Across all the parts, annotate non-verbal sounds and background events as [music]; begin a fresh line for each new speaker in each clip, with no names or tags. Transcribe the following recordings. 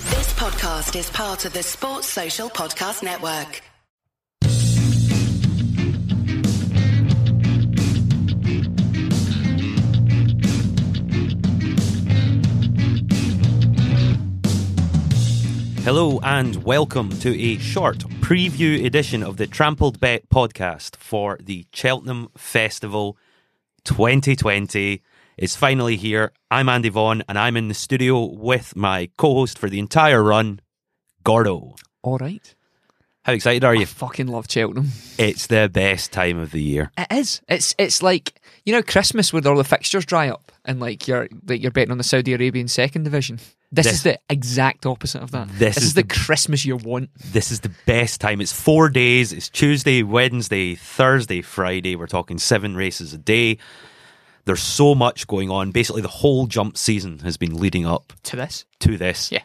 podcast is part of the Sports Social Podcast Network.
Hello and welcome to a short preview edition of the Trampled Bet podcast for the Cheltenham Festival 2020. It's finally here. I'm Andy Vaughan and I'm in the studio with my co host for the entire run, Gordo.
All right.
How excited are
You
you?
fucking love Cheltenham.
It's the best time of the year.
It is. It's it's like you know Christmas with all the fixtures dry up and like you're like you're betting on the Saudi Arabian second division. This,
This-
is the exact opposite of that.
This is
is the
the-
Christmas you want.
This is the best time. It's four days. It's Tuesday, Wednesday, Thursday, Friday. We're talking seven races a day. There's so much going on. Basically, the whole jump season has been leading up
To this.
to this.
Yeah.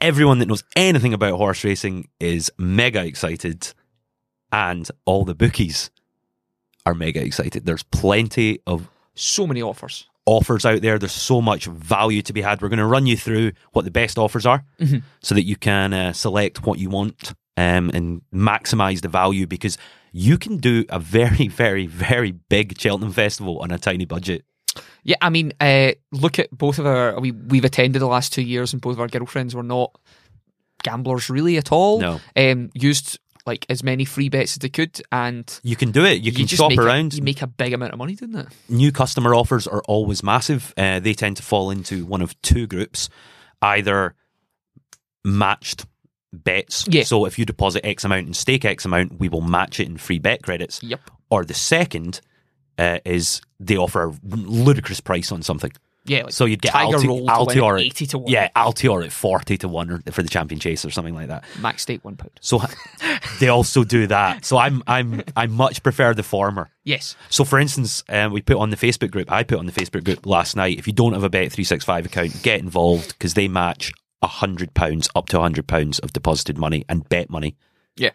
Everyone that knows anything about horse racing is mega excited, and all the bookies are mega excited. There's plenty of
So many offers.
offers out there. There's so much value to be had. We're going to run you through what the best offers are
Mm-hmm.
so that you can uh, select what you want um, and maximize the value because you can do a very, very, very big Cheltenham Festival on a tiny budget.
Yeah, I mean, uh, look at both of our. We we've attended the last two years, and both of our girlfriends were not gamblers really at all.
No.
um, used like as many free bets as they could, and
You can do it. You can shop
make a-
around.
you make a big amount of money, didn't it?
new customer offers are always massive. Uh, they tend to fall into one of two groups either matched bets.
Yeah.
So if you deposit X amount and stake X amount, we will match it in free bet credits.
Yep.
Or the second uh, is they offer a ludicrous price on something.
Yeah, like
so you'd get
Tiger
Alti-
Roll to win
Altior at,
80 to 1.
Yeah, Altior at 40 to 1 or for the champion chase or something like that.
Max stake one pound.
So [laughs] they also do that. So I'm I'm I much prefer the former.
Yes.
So, for instance, um, we put on the Facebook group. I put on the Facebook group last night. If you don't have a Bet three six five account, get involved because they match hundred pounds up to hundred pounds of deposited money and bet money
Yeah.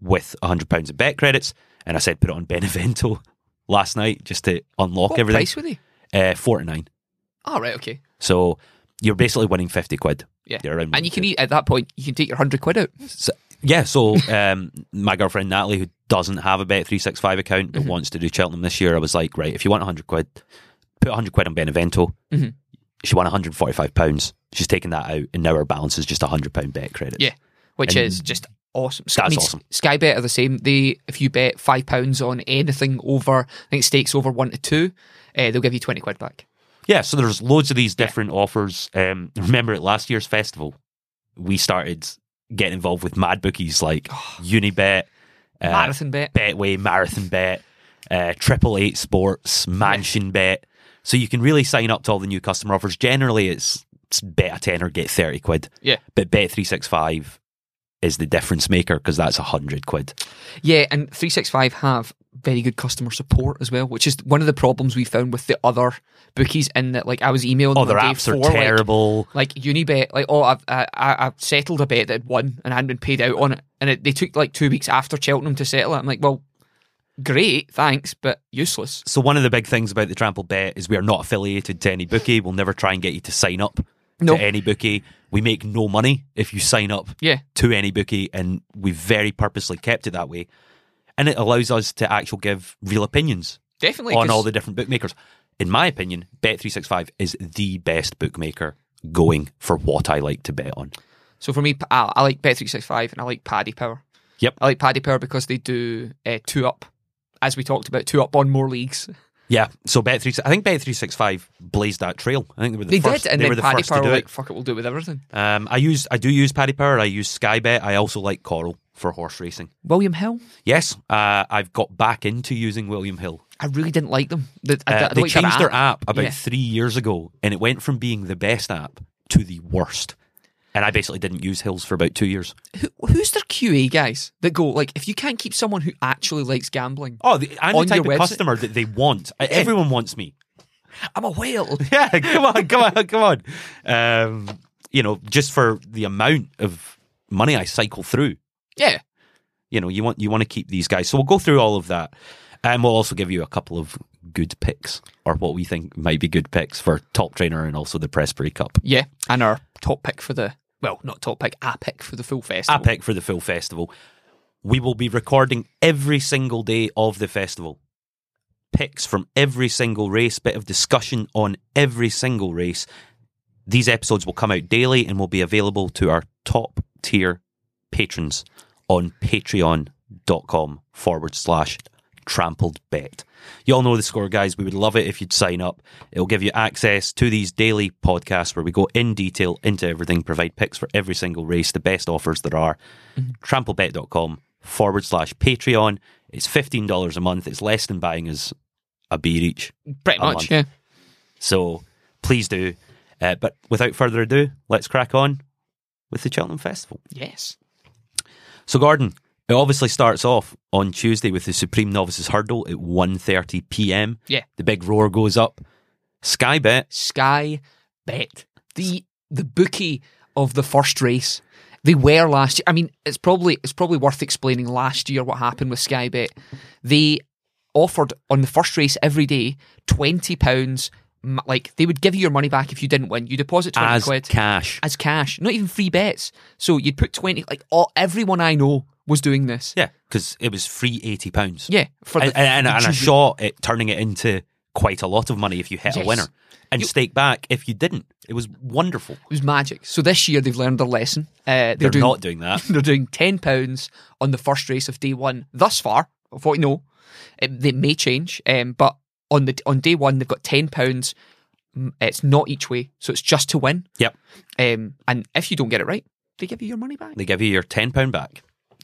with hundred pounds of bet credits. And I said put it on [laughs] Benevento last night just to unlock
What
everything.
price were they?
Uh, Forty nine.
All right. Okay.
So you're basically winning fifty quid.
Yeah.
They're around
and you can
£1.50.
eat at that point. You can take your hundred quid out.
So, yeah, so um, my girlfriend Natalie, who doesn't have a Bet365 account but wants to do Cheltenham this year, I was like, right, if you want 100 quid, put 100 quid on Benevento.
Mhm.
She won 145 pounds. She's taken that out, and now her balance is just 100 pound bet credit.
Yeah. Which
And
is just awesome.
that's
S-
awesome.
Sky Bet are the same. They if you bet five pounds on anything over, I think stakes over one to two, uh, they'll give you twenty quid back.
yeah. So there's loads of these different offers. Um, remember at last year's festival, we started getting involved with mad bookies like Unibet, uh,
Marathon bet.
Betway, Marathon Bet, uh, Triple Eight Sports, Mansion Bet. So you can really sign up to all the new customer offers. Generally, it's, it's bet a ten or get thirty quid.
Yeah.
But Bet three six five is the difference maker because that's a hundred quid.
Yeah, and 365 have very good customer support as well, which is one of the problems we found with the other bookies. In that, like, I was emailing
Oh,
on
their
day
apps are
four, like-
terrible.
Like, Unibet, like, oh, I've I, I- I've settled a bet that had won and I hadn't been paid out on it, and it, they took like two weeks after Cheltenham to settle it. I'm like, well, great, thanks, but useless.
So one of the big things about the Trample Bet is we are not affiliated to any bookie. We'll never try and get you to sign up
No.
to any bookie. We make no money if you sign up
Yeah,
to any bookie, and we've very purposely kept it that way. And it allows us to actually give real opinions
definitely.
on
'cause-
all the different bookmakers. In my opinion, Bet365 is the best bookmaker going for what I like to bet on.
So for me, I, I like Bet365 and I like Paddy Power.
Yep.
I like Paddy Power because they do uh, two up, as we talked about, two up on more leagues.
Yeah, so Bet3 I think Bet365 blazed that trail. I think they were the
[laughs] They
first
did, and
they were
then
the
Paddy
first to
Power
do
were
it.
like, fuck it, we'll do it with everything.
Um, I use I do use Paddy Power, I use Skybet, I also like Coral for horse racing.
William Hill.
Yes, uh, I've got back into using William Hill.
I really didn't like them. The, I,
Uh,
I
they
like
changed their app about
Yeah.
three years ago, and it went from being the best app to the worst. And I basically didn't use Hills for about two years.
Who, who's their QA guys that go like if you can't keep someone who actually likes gambling?
Oh, the, I'm
On
the type of
your website-
customer that they [laughs] want. Uh, Everyone wants me.
I'm a whale.
[laughs] Yeah, come on, come on, come on. Um, you know, just for the amount of money I cycle through,
Yeah,
you know, you want you want to keep these guys. So we'll go through all of that, and we'll also give you a couple of good picks or what we think might be good picks for top trainer and also the Presbury Cup.
yeah. And our top pick for the Well, not top pick, our pick for the full festival.
I pick for the full festival. We will be recording every single day of the festival. Picks from every single race, bit of discussion on every single race. These episodes will come out daily and will be available to our top tier patrons on patreon.com forward slash trampled bet. You all know the score, guys. We would love it if you'd sign up. It'll give you access to these daily podcasts where we go in detail into everything, provide picks for every single race, the best offers there are. Tramplebet.com forward slash Patreon. It's $15 a month. It's less than buying us a beer each.
Pretty
a
much,
month.
yeah.
So please do. Uh, but without further ado, let's crack on with the Cheltenham Festival.
Yes.
So, Gordon, it obviously starts off on Tuesday with the Supreme Novices Hurdle at 1.30 p.m.
Yeah.
The big roar goes up. Sky Bet.
Sky Bet. The the bookie of the first race. They were last year. I mean, it's probably it's probably worth explaining last year what happened with Sky Bet. They offered on the first race every day twenty pounds. Like they would give you your money back if you didn't win. You deposit twenty
as
quid.
cash.
as cash, not even free bets. So you'd put twenty. Like all everyone I know was doing this.
Yeah, because it was free eighty pounds.
Yeah, for
and,
the-
and,
the
and a
jubilee.
shot at turning it into quite a lot of money if you hit
Yes.
a winner, and stake back if you didn't. It was wonderful.
It was magic. So this year they've learned their lesson. Uh, they're
They're
doing,
not doing that.
[laughs] They're doing ten pounds on the first race of day one. Thus far, of what we know, it, they may change. Um, but on the on day one they've got ten pounds. It's not each way, so it's just to win.
Yep,
Um, and if you don't get it right, they give you your money back.
they give you your ten pound back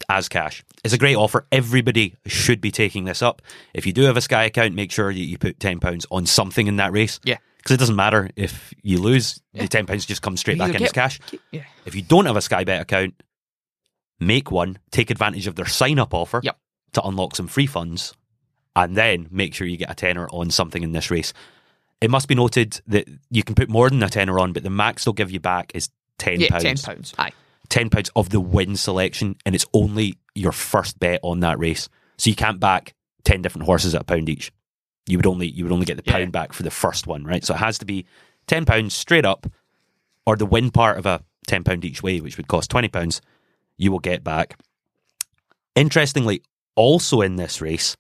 as cash. It's a great offer. Everybody should be taking this up. If you do have a Sky account, make sure that you put ten pounds on something in that race.
Yeah.
because it doesn't matter if you lose. The ten pounds just comes straight
You
back
either
in as
get-
cash.
Yeah.
If you don't have a Sky Bet account, make one, take advantage of their sign up offer
Yep.
to unlock some free funds, and then make sure you get a tenner on something in this race. It must be noted that you can put more than a tenner on, but the max they'll give you back is £10.
Yeah, ten pounds. Aye.
£10 pounds of the win selection, and it's only your first bet on that race. So you can't back 10 different horses at a pound each. You would only you would only get the
Yeah.
pound back for the first one, right? So it has to be ten pounds straight up or the win part of a ten pound each way, which would cost twenty pounds, you will get back. Interestingly, also in this race,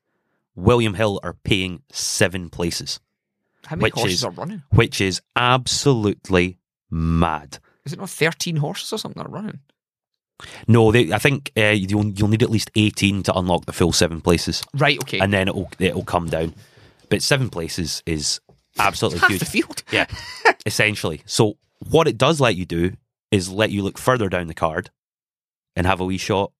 William Hill are paying seven places,
How many
Which
horses
is-
are running?
which is absolutely mad.
Is it not thirteen horses or something that are running?
No, they, I think uh, you'll, you'll need at least eighteen to unlock the full seven places,
Right. Okay.
and then it'll it'll come down. But seven places is absolutely
half
huge.
the field.
[laughs] Yeah, essentially. So what it does let you do is let you look further down the card and have a wee shot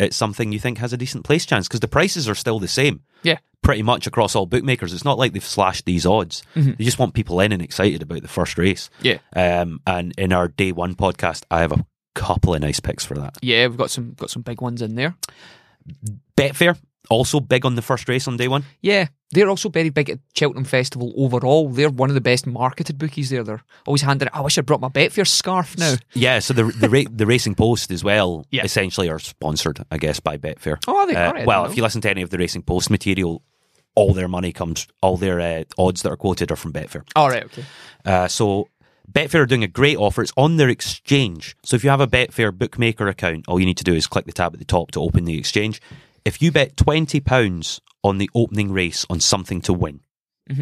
at something you think has a decent place chance because the prices are still the same
[laughs] Yeah.
pretty much across all bookmakers. It's not like they've slashed these odds. They just want people in and excited about the first race.
Mm-hmm. Yeah.
Um, and in our day one podcast, I have a couple of nice picks for that.
Yeah, we've got some got some big ones in there.
Betfair also big on the first race on day one.
Yeah, they're also very big at Cheltenham Festival overall. They're one of the best marketed bookies there. They're always handing. I wish I brought my Betfair
[laughs]
scarf now.
Yeah, so the the, ra- the Racing Post as [laughs] well,
Yeah.
essentially are sponsored, I guess, by Betfair.
Oh, are they?
Uh,
Alright, I
well,
didn't
if
know.
you listen to any of the Racing Post material, all their money comes, all their uh, odds that are quoted are from Betfair.
All right, okay.
Uh, so Betfair are doing a great offer. It's on their exchange. So if you have a Betfair bookmaker account, all you need to do is click the tab at the top to open the exchange. If you bet twenty pounds on the opening race on something to win,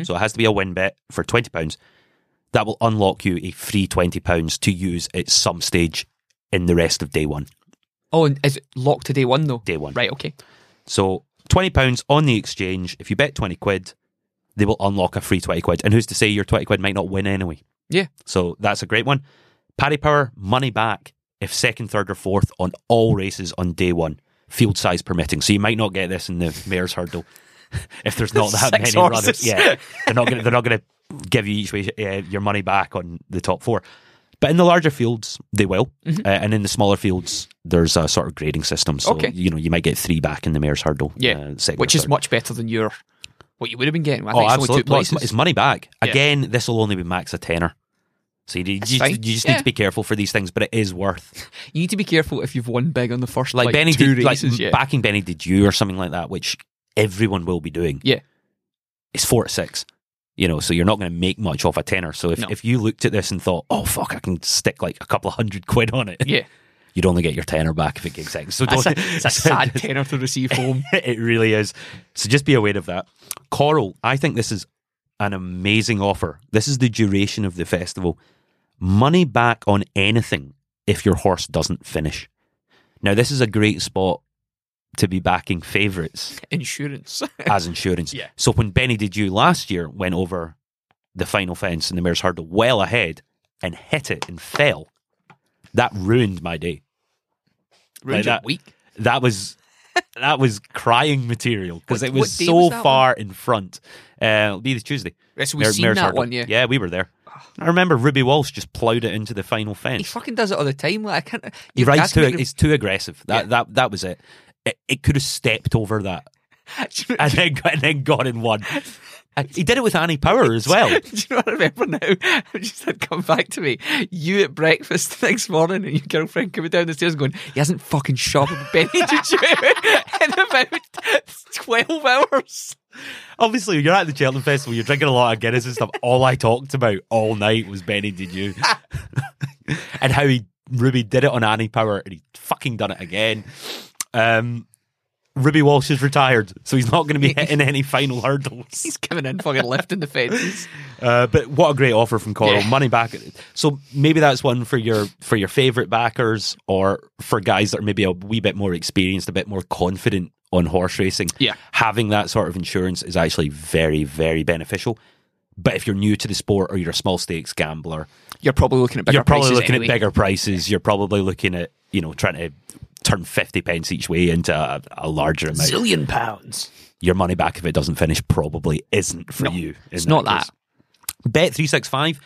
so it has to be a win bet for twenty pounds. That will unlock you a free twenty pounds to use at some stage in the rest of day one.
Oh, and is it locked to day one though?
Day one.
Right. Okay.
So twenty pounds on the exchange. If you bet twenty quid, they will unlock a free twenty quid. And who's to say your twenty quid might not win anyway?
Yeah.
So that's a great one. Paddy Power money back if second, third, or fourth on all races on day one. Field size permitting. So you might not get this in the mayor's hurdle [laughs] if there's not that
Six
many runners.
horses.
Yeah, they're not gonna, they're not going to give you each way uh, your money back on the top four. But in the larger fields, they will,
Mm-hmm.
uh, and in the smaller fields, there's a sort of grading system. So
Okay.
you know you might get three back in the mayor's hurdle.
Yeah.
uh, second
Which
or
is
third.
much better than your what you would have been getting. I
Oh,
think it's only
absolutely!
two
No, it's,
places.
it's money back.
Yeah.
Again, this will only be max a tenner. So you, you, you
fine.
just need
Yeah.
to be careful for these things, but it is worth
you need to be careful if you've won big on the first
like,
like,
Benny
two
did,
races.
like
yeah.
backing Benny did you or something like that, which everyone will be doing.
yeah.
It's four to six. You know, so you're not going to make much off a tenner. So if,
No.
if you looked at this and thought, oh, fuck, I can stick like a couple of hundred quid on it, [laughs]
Yeah.
you'd only get your tenner back if it gigs X. So
That's a,
don't, [laughs]
it's a sad tenor to receive home.
it really is. So just be aware of that. Coral, I think this is an amazing offer. This is the duration of the festival. Money back on anything if your horse doesn't finish. Now, this is a great spot to be backing
[laughs]
favourites
[laughs] Insurance.
as insurance.
Yeah.
So when Benny Did You last year went over the final fence and the mare's hurdle well ahead and hit it and fell, that ruined my day.
Ruined your
that.
week.
that was that was crying material because
What-
it was
what day
so
was that
far in front. Uh, it'll be the Tuesday.
Yes, we've
Mare-
seen
Mare's
that
Hurdle.
one, yeah. Ah.
we were there. I remember Ruby Walsh just ploughed it into the final
He
fence.
fucking does it all the time. Like I can't.
He
you-
rides
that's
too.
making-
It's too aggressive. That
Yeah.
that that was it. It, it could have stepped over that
[laughs] Do you know-
and then [laughs] got, and then got in one. And he did it with Annie Power as well.
[laughs] Do you know what I remember now? [laughs] It just had come back to me. You at breakfast the next morning and your girlfriend coming down the stairs going, he hasn't fucking shot with Benny did you [laughs] in about 12 hours.
Obviously, you're at the Cheltenham Festival. You're drinking a lot of Guinness and stuff. All I talked about all night was Benny. Did you? and how he Ruby did it on Annie Power, and he fucking done it again. Um, Ruby Walsh is retired, so he's not going to be hitting any final hurdles.
He's coming in fucking lifting the fences.
Uh, but what a great offer from Coral,
Yeah.
money back. So maybe that's one for your for your favorite backers, or for guys that are maybe a wee bit more experienced, a bit more confident on horse racing.
Yeah.
having that sort of insurance is actually very very beneficial. But if you're new to the sport or you're a small stakes gambler,
You're probably looking at bigger
you're probably
prices
looking
anyway.
at bigger prices. You're probably looking at you know trying to turn fifty pence each way into a, a larger amount.
Zillion pounds.
Your money back if it doesn't finish probably isn't for
No,
you. in
It's not
case.
that.
Bet365,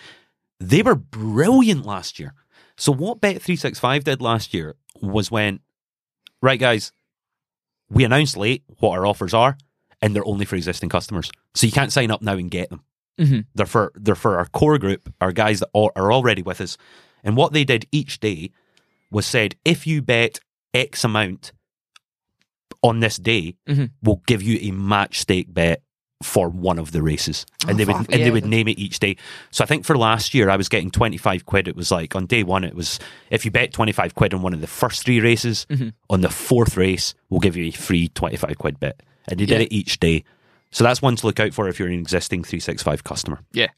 they were brilliant last year. So what Bet365 did last year was went, right guys, we announced late what our offers are and they're only for existing customers. So you can't sign up now and get them.
Mhm.
They're for they're for our core group, our guys that are are already with us. And what they did each day was said, if you bet X amount on this day,
Mhm.
we'll give you a match stake bet for one of the races. And
Oh,
they would
fuck,
and
yeah.
they would name it each day. So I think for last year I was getting twenty five quid. It was like on day one it was if you bet twenty five quid on one of the first three races,
Mm-hmm.
on the fourth race, we'll give you a free twenty five quid bet. And they did
Yeah.
it each day. So that's one to look out for if you're an existing three six five customer.
Yeah.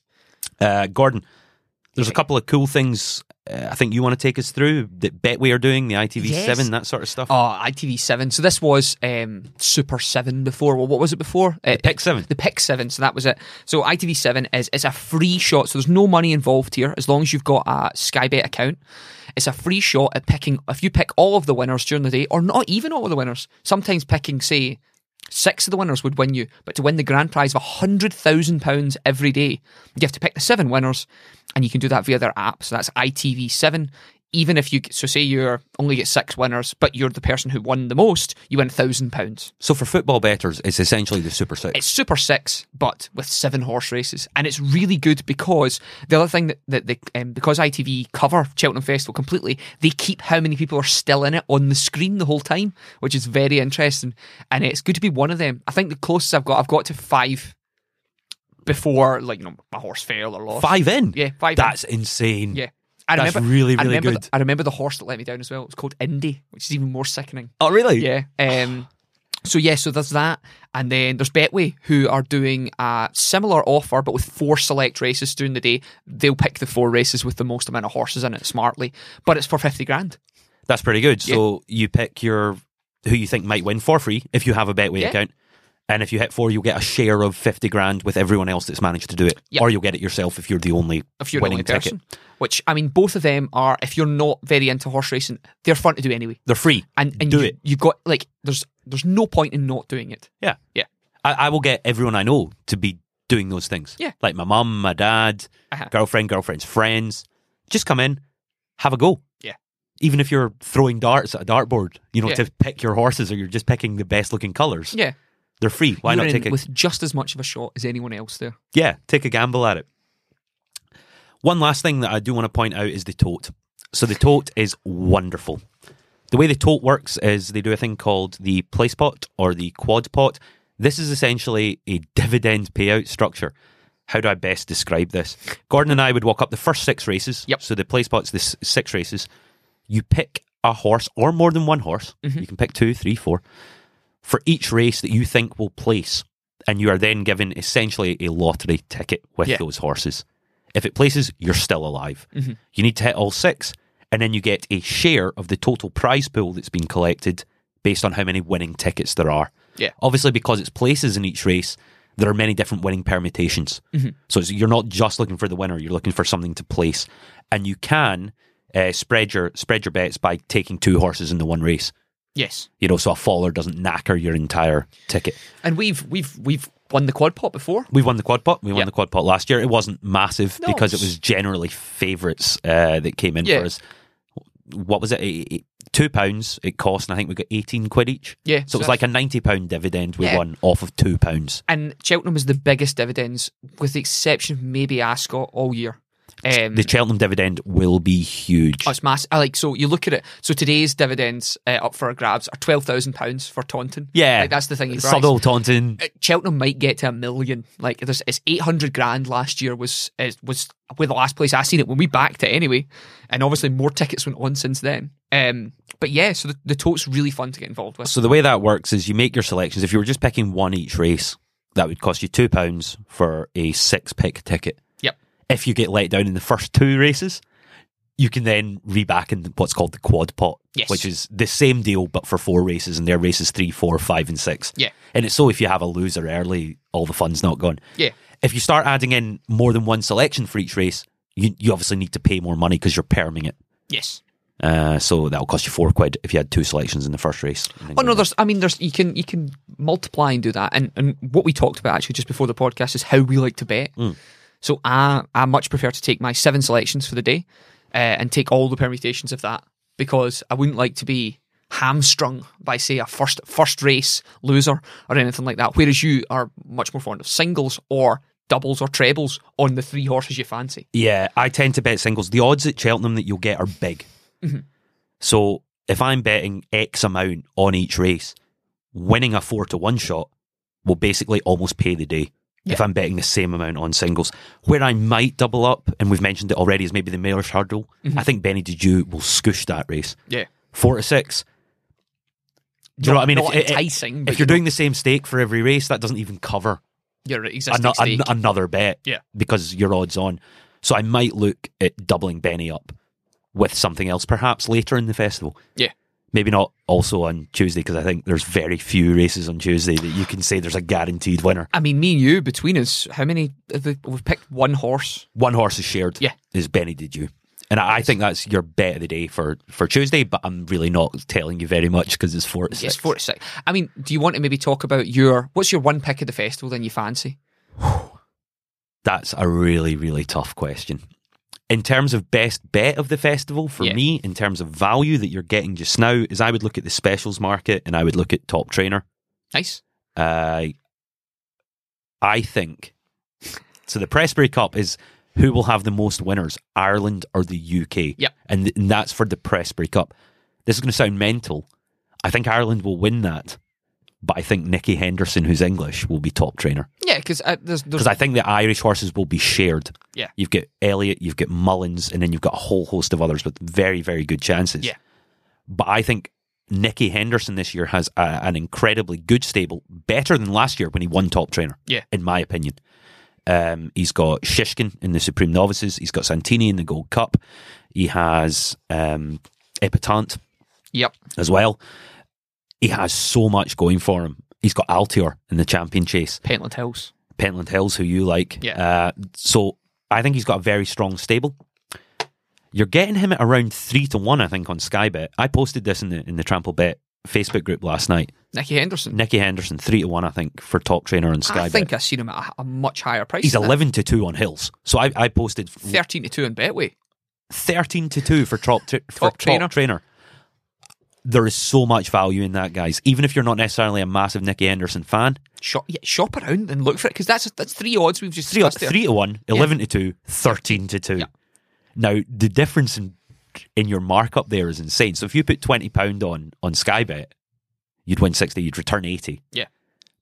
Uh, Gordon, there's a couple of cool things uh, I think you want to take us through that Betway are doing, the ITV7,
Yes.
that sort of stuff.
Oh, ITV7. So this was um, Super 7 before. Well, what was it before? Uh,
Pick 7.
the pick seven. So that was it. So ITV seven is it's a free shot. So there's no money involved here as long as you've got a Sky Bet account. It's a free shot at picking if you pick all of the winners during the day, or not even all of the winners. Sometimes picking say six of the winners would win you, but to win the grand prize of hundred thousand pounds every day, you have to pick the seven winners, and you can do that via their app. So that's ITV seven. Even if you so say you're only get six winners, but you're the person who won the most, you win thousand pounds.
So for football betters, it's essentially the Super 6.
It's Super Six, but with seven horse races, and it's really good because the other thing that that they, um, because ITV cover Cheltenham Festival completely, they keep how many people are still in it on the screen the whole time, which is very interesting, and it's good to be one of them. I think the closest I've got, I've got to five before, like you know, my horse fell or lost.
five in?
Yeah, five in.
That's insane.
yeah. I
That's
remember,
really,
I
really
remember
good.
The, I remember the horse that let me down as well. It was called Indy, which is even more sickening.
Oh, really?
Yeah. Um, so yeah, so there's that, and then there's Betway who are doing a similar offer, but with four select races during the day. They'll pick the four races with the most amount of horses in it smartly, but it's for fifty grand.
That's pretty good. So you pick your who you think might win for free if you have a Betway
Yeah.
account. And if you hit four, you'll get a share of 50 grand with everyone else that's managed to do it.
Yeah.
Or you'll get it yourself if you're the only
If you're the
winning
only
ticket.
person, which I mean, both of them are. If you're not very into horse racing, they're fun to do anyway.
They're free.
And and
Do
you,
it.
You've got like there's there's no point in not doing it.
Yeah.
Yeah.
I, I will get everyone I know to be doing those things.
Yeah.
Like my mum, my dad,
Uh-huh.
girlfriend, girlfriend's friends. Just come in, have a go.
Yeah.
Even if you're throwing darts at a dartboard, you know,
Yeah.
to pick your horses or you're just picking the best looking colours.
Yeah.
They're free. Why
You're
not
in
take a
with just as much of a shot as anyone else there?
yeah, take a gamble at it. One last thing that I do want to point out is the tote. So the tote is wonderful. The way the tote works is they do a thing called the place pot or the quad pot. This is essentially a dividend payout structure. how do I best describe this? Gordon and I would walk up the first six races.
Yep.
So the play spots, the s- six races. You pick a horse or more than one horse. You can pick two, three, four for each race that you think will place. And you are then given essentially a lottery ticket with
Yeah. Mm-hmm.
those horses. If it places, you're still alive. You need to hit all six, and then you get a share of the total prize pool that's been collected based on how many winning tickets there are.
Yeah.
Obviously, because it's places in each race, there are many different winning permutations.
Mm-hmm.
So it's, you're not just looking for the winner; you're looking for something to place, and you can uh, spread your spread your bets by taking two horses in the one race.
Yes.
You know, so a faller doesn't knacker your entire ticket.
And we've we've we've won the quad pot before.
We won the quad pot. We won
Yeah.
the quad pot last year. It wasn't massive
No,
because it
it's-
was generally favourites uh, that came in
Yeah.
for us. What was it? Eight- eight- Two pounds it cost, and I think we got eighteen quid each.
Yeah,
so, it
so
was
that's-
like a ninety pound dividend we
Yeah.
won off of two pounds.
And Cheltenham was the biggest dividends, with the exception of maybe Ascot all year. Um,
The Cheltenham dividend will be huge.
Oh, it's massive. I like so you look at it. So today's dividends uh, up for grabs are twelve thousand pounds for Taunton.
yeah,
like, that's the thing. you price.
Southall Taunton.
Uh, Cheltenham might get to a million. Like there's, it's eight hundred grand last year was is, was where the last place I seen it when we backed it anyway, and obviously more tickets went on since then. Um, but yeah, so the, the tote's really fun to get involved with.
So the way that works is you make your selections. If you were just picking one each race, that would cost you two pounds for a six pick ticket.
Yep.
If you get let down in the first two races, you can then reback in what's called the quad pot,
Yes.
which is the same deal but for four races, and they're races three, four, five, and six.
Yeah.
And it's so if you have a loser early, all the fun's not gone.
Yeah.
If you start adding in more than one selection for each race, you, you obviously need to pay more money because you're perming it.
Yes.
Uh, so that'll cost you four quid if you had two selections in the first race. And then
Oh no,
you're-
there's. I mean, there's. You can you can multiply and do that. And and what we talked about actually just before the podcast is how we like to bet.
Mm.
So I I much prefer to take my seven selections for the day, uh, and take all the permutations of that because I wouldn't like to be hamstrung by say a first first race loser or anything like that. Whereas you are much more fond of singles or doubles or trebles on the three horses you fancy.
Yeah, I tend to bet singles. The odds at Cheltenham that you'll get are big.
Mm-hmm.
So if I'm betting X amount on each race, winning a four to one shot will basically almost pay the day. If I'm betting the same amount on singles, where I might double up, and we've mentioned it already, is maybe the Mayor's Hurdle.
Mm-hmm.
I think Benny Didew will scoosh that race
Yeah.
four to six. Do you know
Not-
what I mean?
not
If- if,
enticing,
if
but
you're
you know-
doing the same stake for every race, that doesn't even cover
Your existing
ano-
stake.
an- another bet
Yeah.
because your odds on. So I might look at doubling Benny up with something else, perhaps later in the festival.
yeah.
Maybe not also on Tuesday because I think there's very few races on Tuesday that you can say there's a guaranteed winner.
I mean, me and you between us, how many? We've picked one horse.
One horse is shared.
Yeah.
is Benny did you? And I I think that's your bet of the day for, for Tuesday, but I'm really not telling you very much because it's four to six.
It's four to six. I mean, do you want to maybe talk about your what's your one pick of the festival then you fancy?
That's a really, really tough question. In terms of best bet of the festival, for
Yeah.
me, in terms of value that you're getting just now, is I would look at the specials market and I would look at Top Trainer.
Nice.
Uh, I think so. The Presbury Cup is who will have the most winners, Ireland or the UK.
Yep.
And, th- and that's for the Presbury Cup. This is going to sound mental. I think Ireland will win that, but I think Nicky Henderson, who's English, will be top trainer
Yeah, because uh, there's, there's
because I think the Irish horses will be shared.
Yeah.
You've got Elliot, you've got Mullins, and then you've got a whole host of others with very, very good chances.
Yeah.
But I think Nicky Henderson this year has a, an incredibly good stable, better than last year when he won top trainer,
yeah
in my opinion. Um, he's got Shishkin in the Supreme Novices, he's got Santini in the Gold Cup, he has um, Epitant
yep
as well. He has so much going for him. He's got Altior in the champion chase.
Pentland Hills.
Pentland Hills, who you like.
Yeah.
Uh, so I think he's got a very strong stable. You're getting him at around three to one, I think, on Sky Bet. I posted this in the in the Trample Bet Facebook group last night.
Nicky Henderson.
Nicky Henderson, three to one, I think, for top trainer on Sky
I
Bet.
think I've seen him at a, a much higher price.
He's
than that.
eleven to two on Hills. So I, I posted
thirteen to two in Betway.
thirteen to two for top tra- for top
Top trainer.
trainer. There is so much value in that, guys. Even if you're not necessarily a massive Nicky Henderson fan,
Shop yeah, shop around and look for it because that's that's three odds we've just
three,
discussed there.
three to one, 11 to 2, 13 to 2. Now, the difference in, in your markup there is insane. So if you put £20 on, on Sky Bet, you'd win 60, you'd return 80.
Yeah.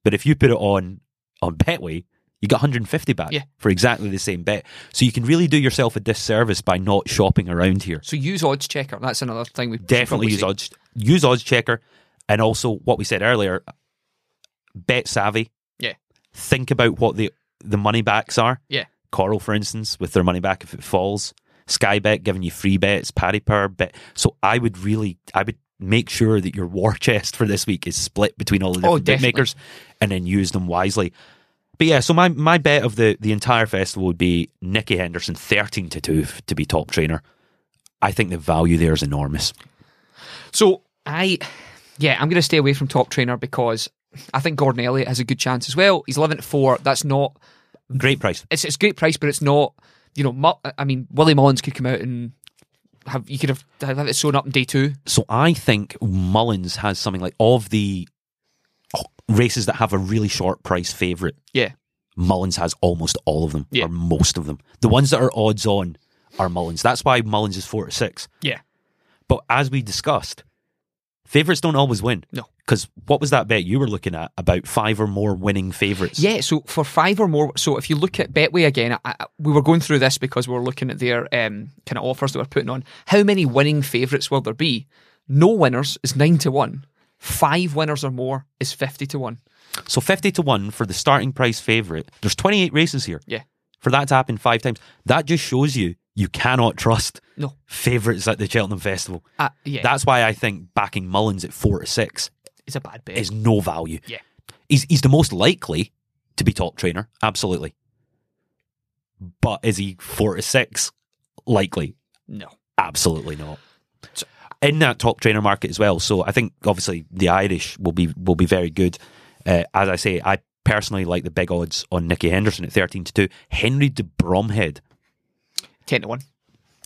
But if you put it on, on Betway, You get 150 back
Yeah.
for exactly the same bet. So you can really do yourself a disservice by not shopping around here.
So use odds checker. That's another thing we should
Definitely
probably
use
say.
odds use odds checker and also what we said earlier, bet savvy.
Yeah,
Think about what the the money backs are.
yeah,
Coral, for instance, with their money back if it falls. Skybet giving you free bets, Paddy Per bet. So I would really, I would make sure that your war [laughs] chest for this week is split between all the
Oh,
different bet
definitely.
makers, and then use them wisely. But yeah, so my my bet of the the entire festival would be Nikki Henderson thirteen to two f- to be top trainer. I think the value there is enormous.
So I, yeah, I'm going to stay away from top trainer because I think Gordon Elliott has a good chance as well. He's eleven at four. That's not.
Great price.
It's it's great price, but it's not. You know, mu- I mean, Willie Mullins could come out and have you could have have it sewn up in day two.
So I think Mullins has something like of the oh, races that have a really short price favorite.
Yeah,
Mullins has almost all of them,
Yeah.
or most of them. The ones that are odds on are Mullins. That's why Mullins is four to six.
yeah,
But as we discussed, favourites don't always win.
No.
Because what was that bet you were looking at about five or more winning favourites?
yeah. So for five or more. So if you look at Betway again, I, I- we were going through this because we were looking at their um, kind of offers that were putting on. How many winning favourites will there be? No winners is nine to one. Five winners or more is fifty to one.
So 50 to 1 for the starting price favourite. There's 28 races here.
Yeah.
For that to happen five times, that just shows you you cannot trust
No.
favourites at the Cheltenham Festival.
Uh, yeah.
That's why I think backing Mullins at four to six
it's a bad bet.
is no value.
Yeah.
He's he's the most likely to be top trainer, absolutely. But is he four to six likely?
No.
Absolutely not. In that top trainer market as well. So I think obviously the Irish will be will be very good. Uh, as I say, I personally like the big odds on Nicky Henderson at thirteen to two. Henry de Bromhead,
Ten to one.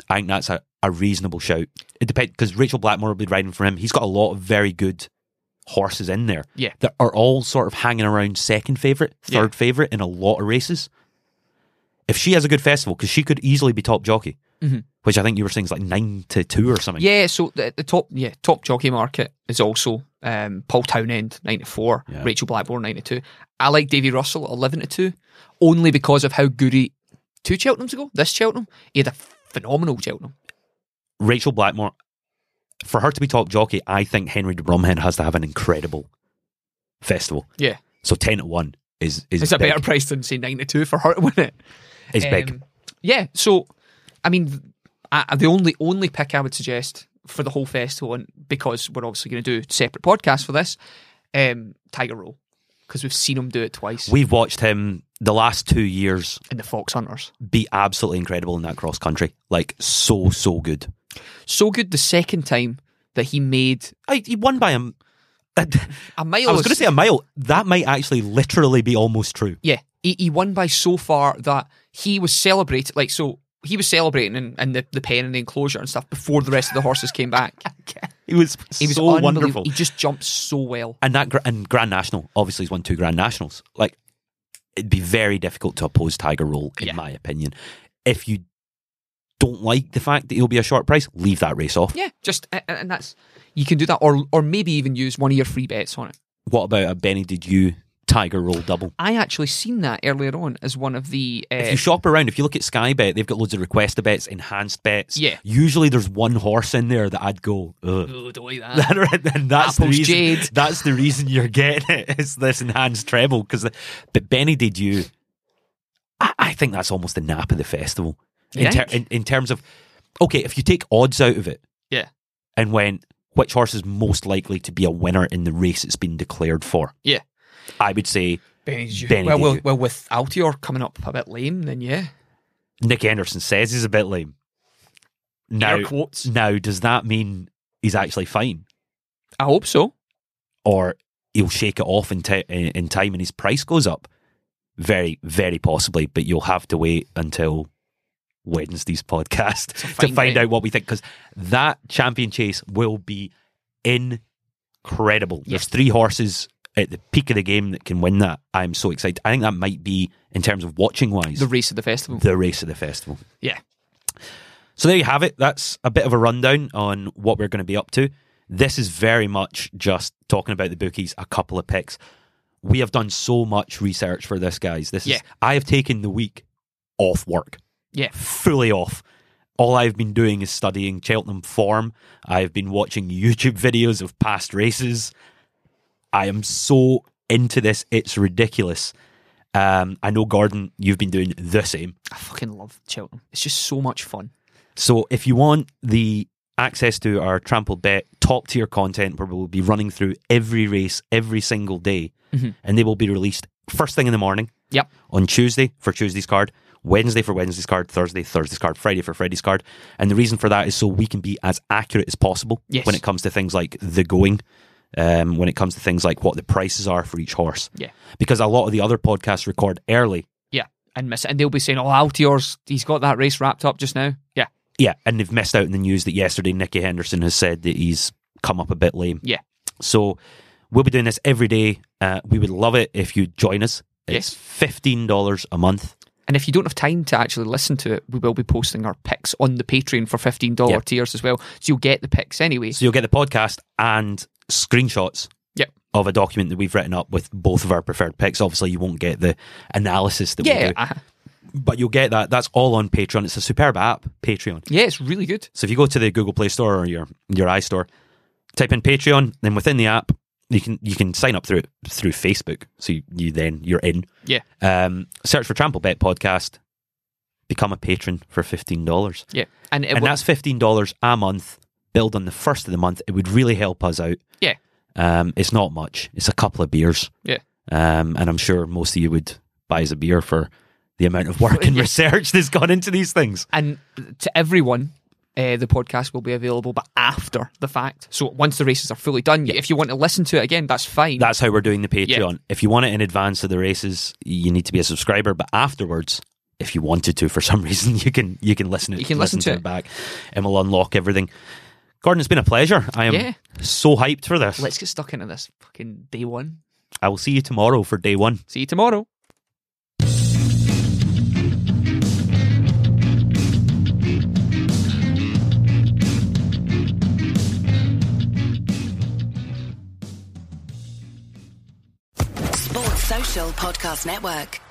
I think that's a, a reasonable shout. It depends because Rachel Blackmore will be riding for him. He's got a lot of very good horses in there
Yeah.
that are all sort of hanging around second favorite,
Yeah.
third favorite in a lot of races. If she has a good festival, because she could easily be top jockey, which I think you were saying is like nine to two or something.
Mm-hmm. Yeah, so the, the top yeah, top jockey market is also um, Paul Townend, nine to four,
Yeah.
Rachel Blackmore, nine to two. I like Davy Russell at eleven to two, only because of how good he two Cheltenhams ago, this Cheltenham, he had a phenomenal Cheltenham.
Rachel Blackmore, for her to be top jockey, I think Henry de Bromhead has to have an incredible festival.
Yeah.
So ten to one is is
It's a
big.
better price than say nine to two for her [laughs] to win it.
is big.
Um, Yeah, so I mean, I, the only only pick I would suggest for the whole festival, and because we're obviously going to do separate podcasts for this, um, Tiger Roll, because we've seen him do it twice
We've watched him the last two years
in the Fox Hunters.
be absolutely incredible in that cross country. Like so so good.
So good the second time that he made
I, he won by him.
a mile.
I was
is-
going to say a mile. That might actually literally be almost true.
yeah, he, he won by so far that he was celebrating like so. He was celebrating in, in the, the pen and the enclosure and stuff before the rest of the horses
[laughs]
came back.
It was
He was
so
unbelievable.
wonderful.
He just jumped so well.
And that gra- and Grand National obviously he's won two Grand Nationals. Like it'd be very difficult to oppose Tiger Roll in
Yeah.
my opinion. If you don't like the fact that he'll be a short price, leave that race off.
Yeah, just a- a- and that's you can do that, or or maybe even use one of your free bets on it.
What about a Benny? Did you Tiger Roll double?
I actually seen that earlier on as one of the uh,
If you shop around, if you look at Sky Bet, they've got loads of request bets, enhanced bets.
Yeah.
Usually there's one horse in there that I'd go, Ugh. [laughs]
Oh, don't like that.
That right then, that's the
Apple's
reason.
jade.
[laughs] That's the reason you're getting it. It's this enhanced treble because. But Benny, did you? I, I think that's almost the nap of the festival
You
in, ter- in
think?
in terms of. Okay, if you take odds out of it
yeah,
and went which horse is most likely to be a winner in the race it's been declared for,
yeah.
I would say
Benny, did you?
Benny,
well,
did
well,
you?
well, with Altior coming up a bit lame, then yeah,
Nick Anderson says he's a bit lame. Now,
air quotes.
now does that mean he's actually fine,
I hope so.
or he'll shake it off in, ti in in time and his price goes up? Very, very possibly, but you'll have to wait until Wednesday's podcast to
find
find
out.
out what we think because that champion chase will be incredible. There's three horses at the peak of the game that can win that. I'm so excited. I think that might be, in terms of watching wise,
The race of the festival.
the race of the festival.
yeah,
So there you have it. That's a bit of a rundown on what we're going to be up to. This is very much just talking about the bookies, a couple of picks. we have done so much research for this, guys. This
Yeah.
is I have taken the week off work,
Yeah.
fully off. All I've been doing is studying Cheltenham form. I've been watching YouTube videos of past races. I am so into this; it's ridiculous. Um, I know, Gordon, you've been doing the same.
I fucking love Cheltenham. It's just so much fun.
So if you want the access to our trampled bet top tier content where we'll be running through every race every single day and they will be released first thing in the morning
Yep.
on Tuesday for Tuesday's card, Wednesday for Wednesday's card, Thursday, Thursday's card, Friday for Friday's card. And the reason for that is so we can be as accurate as possible
Yes.
when it comes to things like the going, um, when it comes to things like what the prices are for each horse.
Yeah.
Because a lot of the other podcasts record early.
Yeah. And miss it. And they'll be saying, Oh, Altior's he's got that race wrapped up just now. Yeah.
Yeah, and they've missed out in the news that yesterday Nicky Henderson has said that he's come up a bit lame.
Yeah.
So we'll be doing this every day. Uh, we would love it if you join us. It's
Yes.
$15 a month.
And if you don't have time to actually listen to it, we will be posting our picks on the Patreon for fifteen dollar
Yeah.
tiers as well. So you'll get the picks anyway.
So you'll get the podcast and screenshots
Yep.
of a document that we've written up with both of our preferred picks. Obviously, you won't get the analysis that
Yeah.
we do,
uh,
but you'll get that. That's all on Patreon. It's a superb app, Patreon.
yeah, it's really good.
So if you go to the Google Play Store or your your iStore, type in Patreon, then within the app, you can you can sign up through through Facebook. So you, you then you're in.
Yeah.
Um, search for Trample Bet Podcast. Become a patron for fifteen dollars,
Yeah. And, uh, it
and
will-
that's fifteen dollars a month. Build on the first of the month. It would really help us out.
yeah.
Um, it's not much. It's a couple of beers,
Yeah.
um, and I'm sure most of you would buy us a beer for the amount of work and research that's gone into these things.
And to everyone, uh, the podcast will be available, but after the fact. So once the races are fully done, if you want to listen to it again, that's fine.
That's how we're doing the Patreon.
Yeah.
If you want it in advance of the races, you need to be a subscriber. But afterwards, if you wanted to, for [laughs] some reason, you can you can listen.
You can listen to
to it
it.
back, and we'll unlock everything. Gordon, it's been a pleasure. I am
Yeah.
so hyped for this.
Let's get stuck into this fucking day one.
I will see you tomorrow for day one.
See you tomorrow.
Sports Social Podcast Network.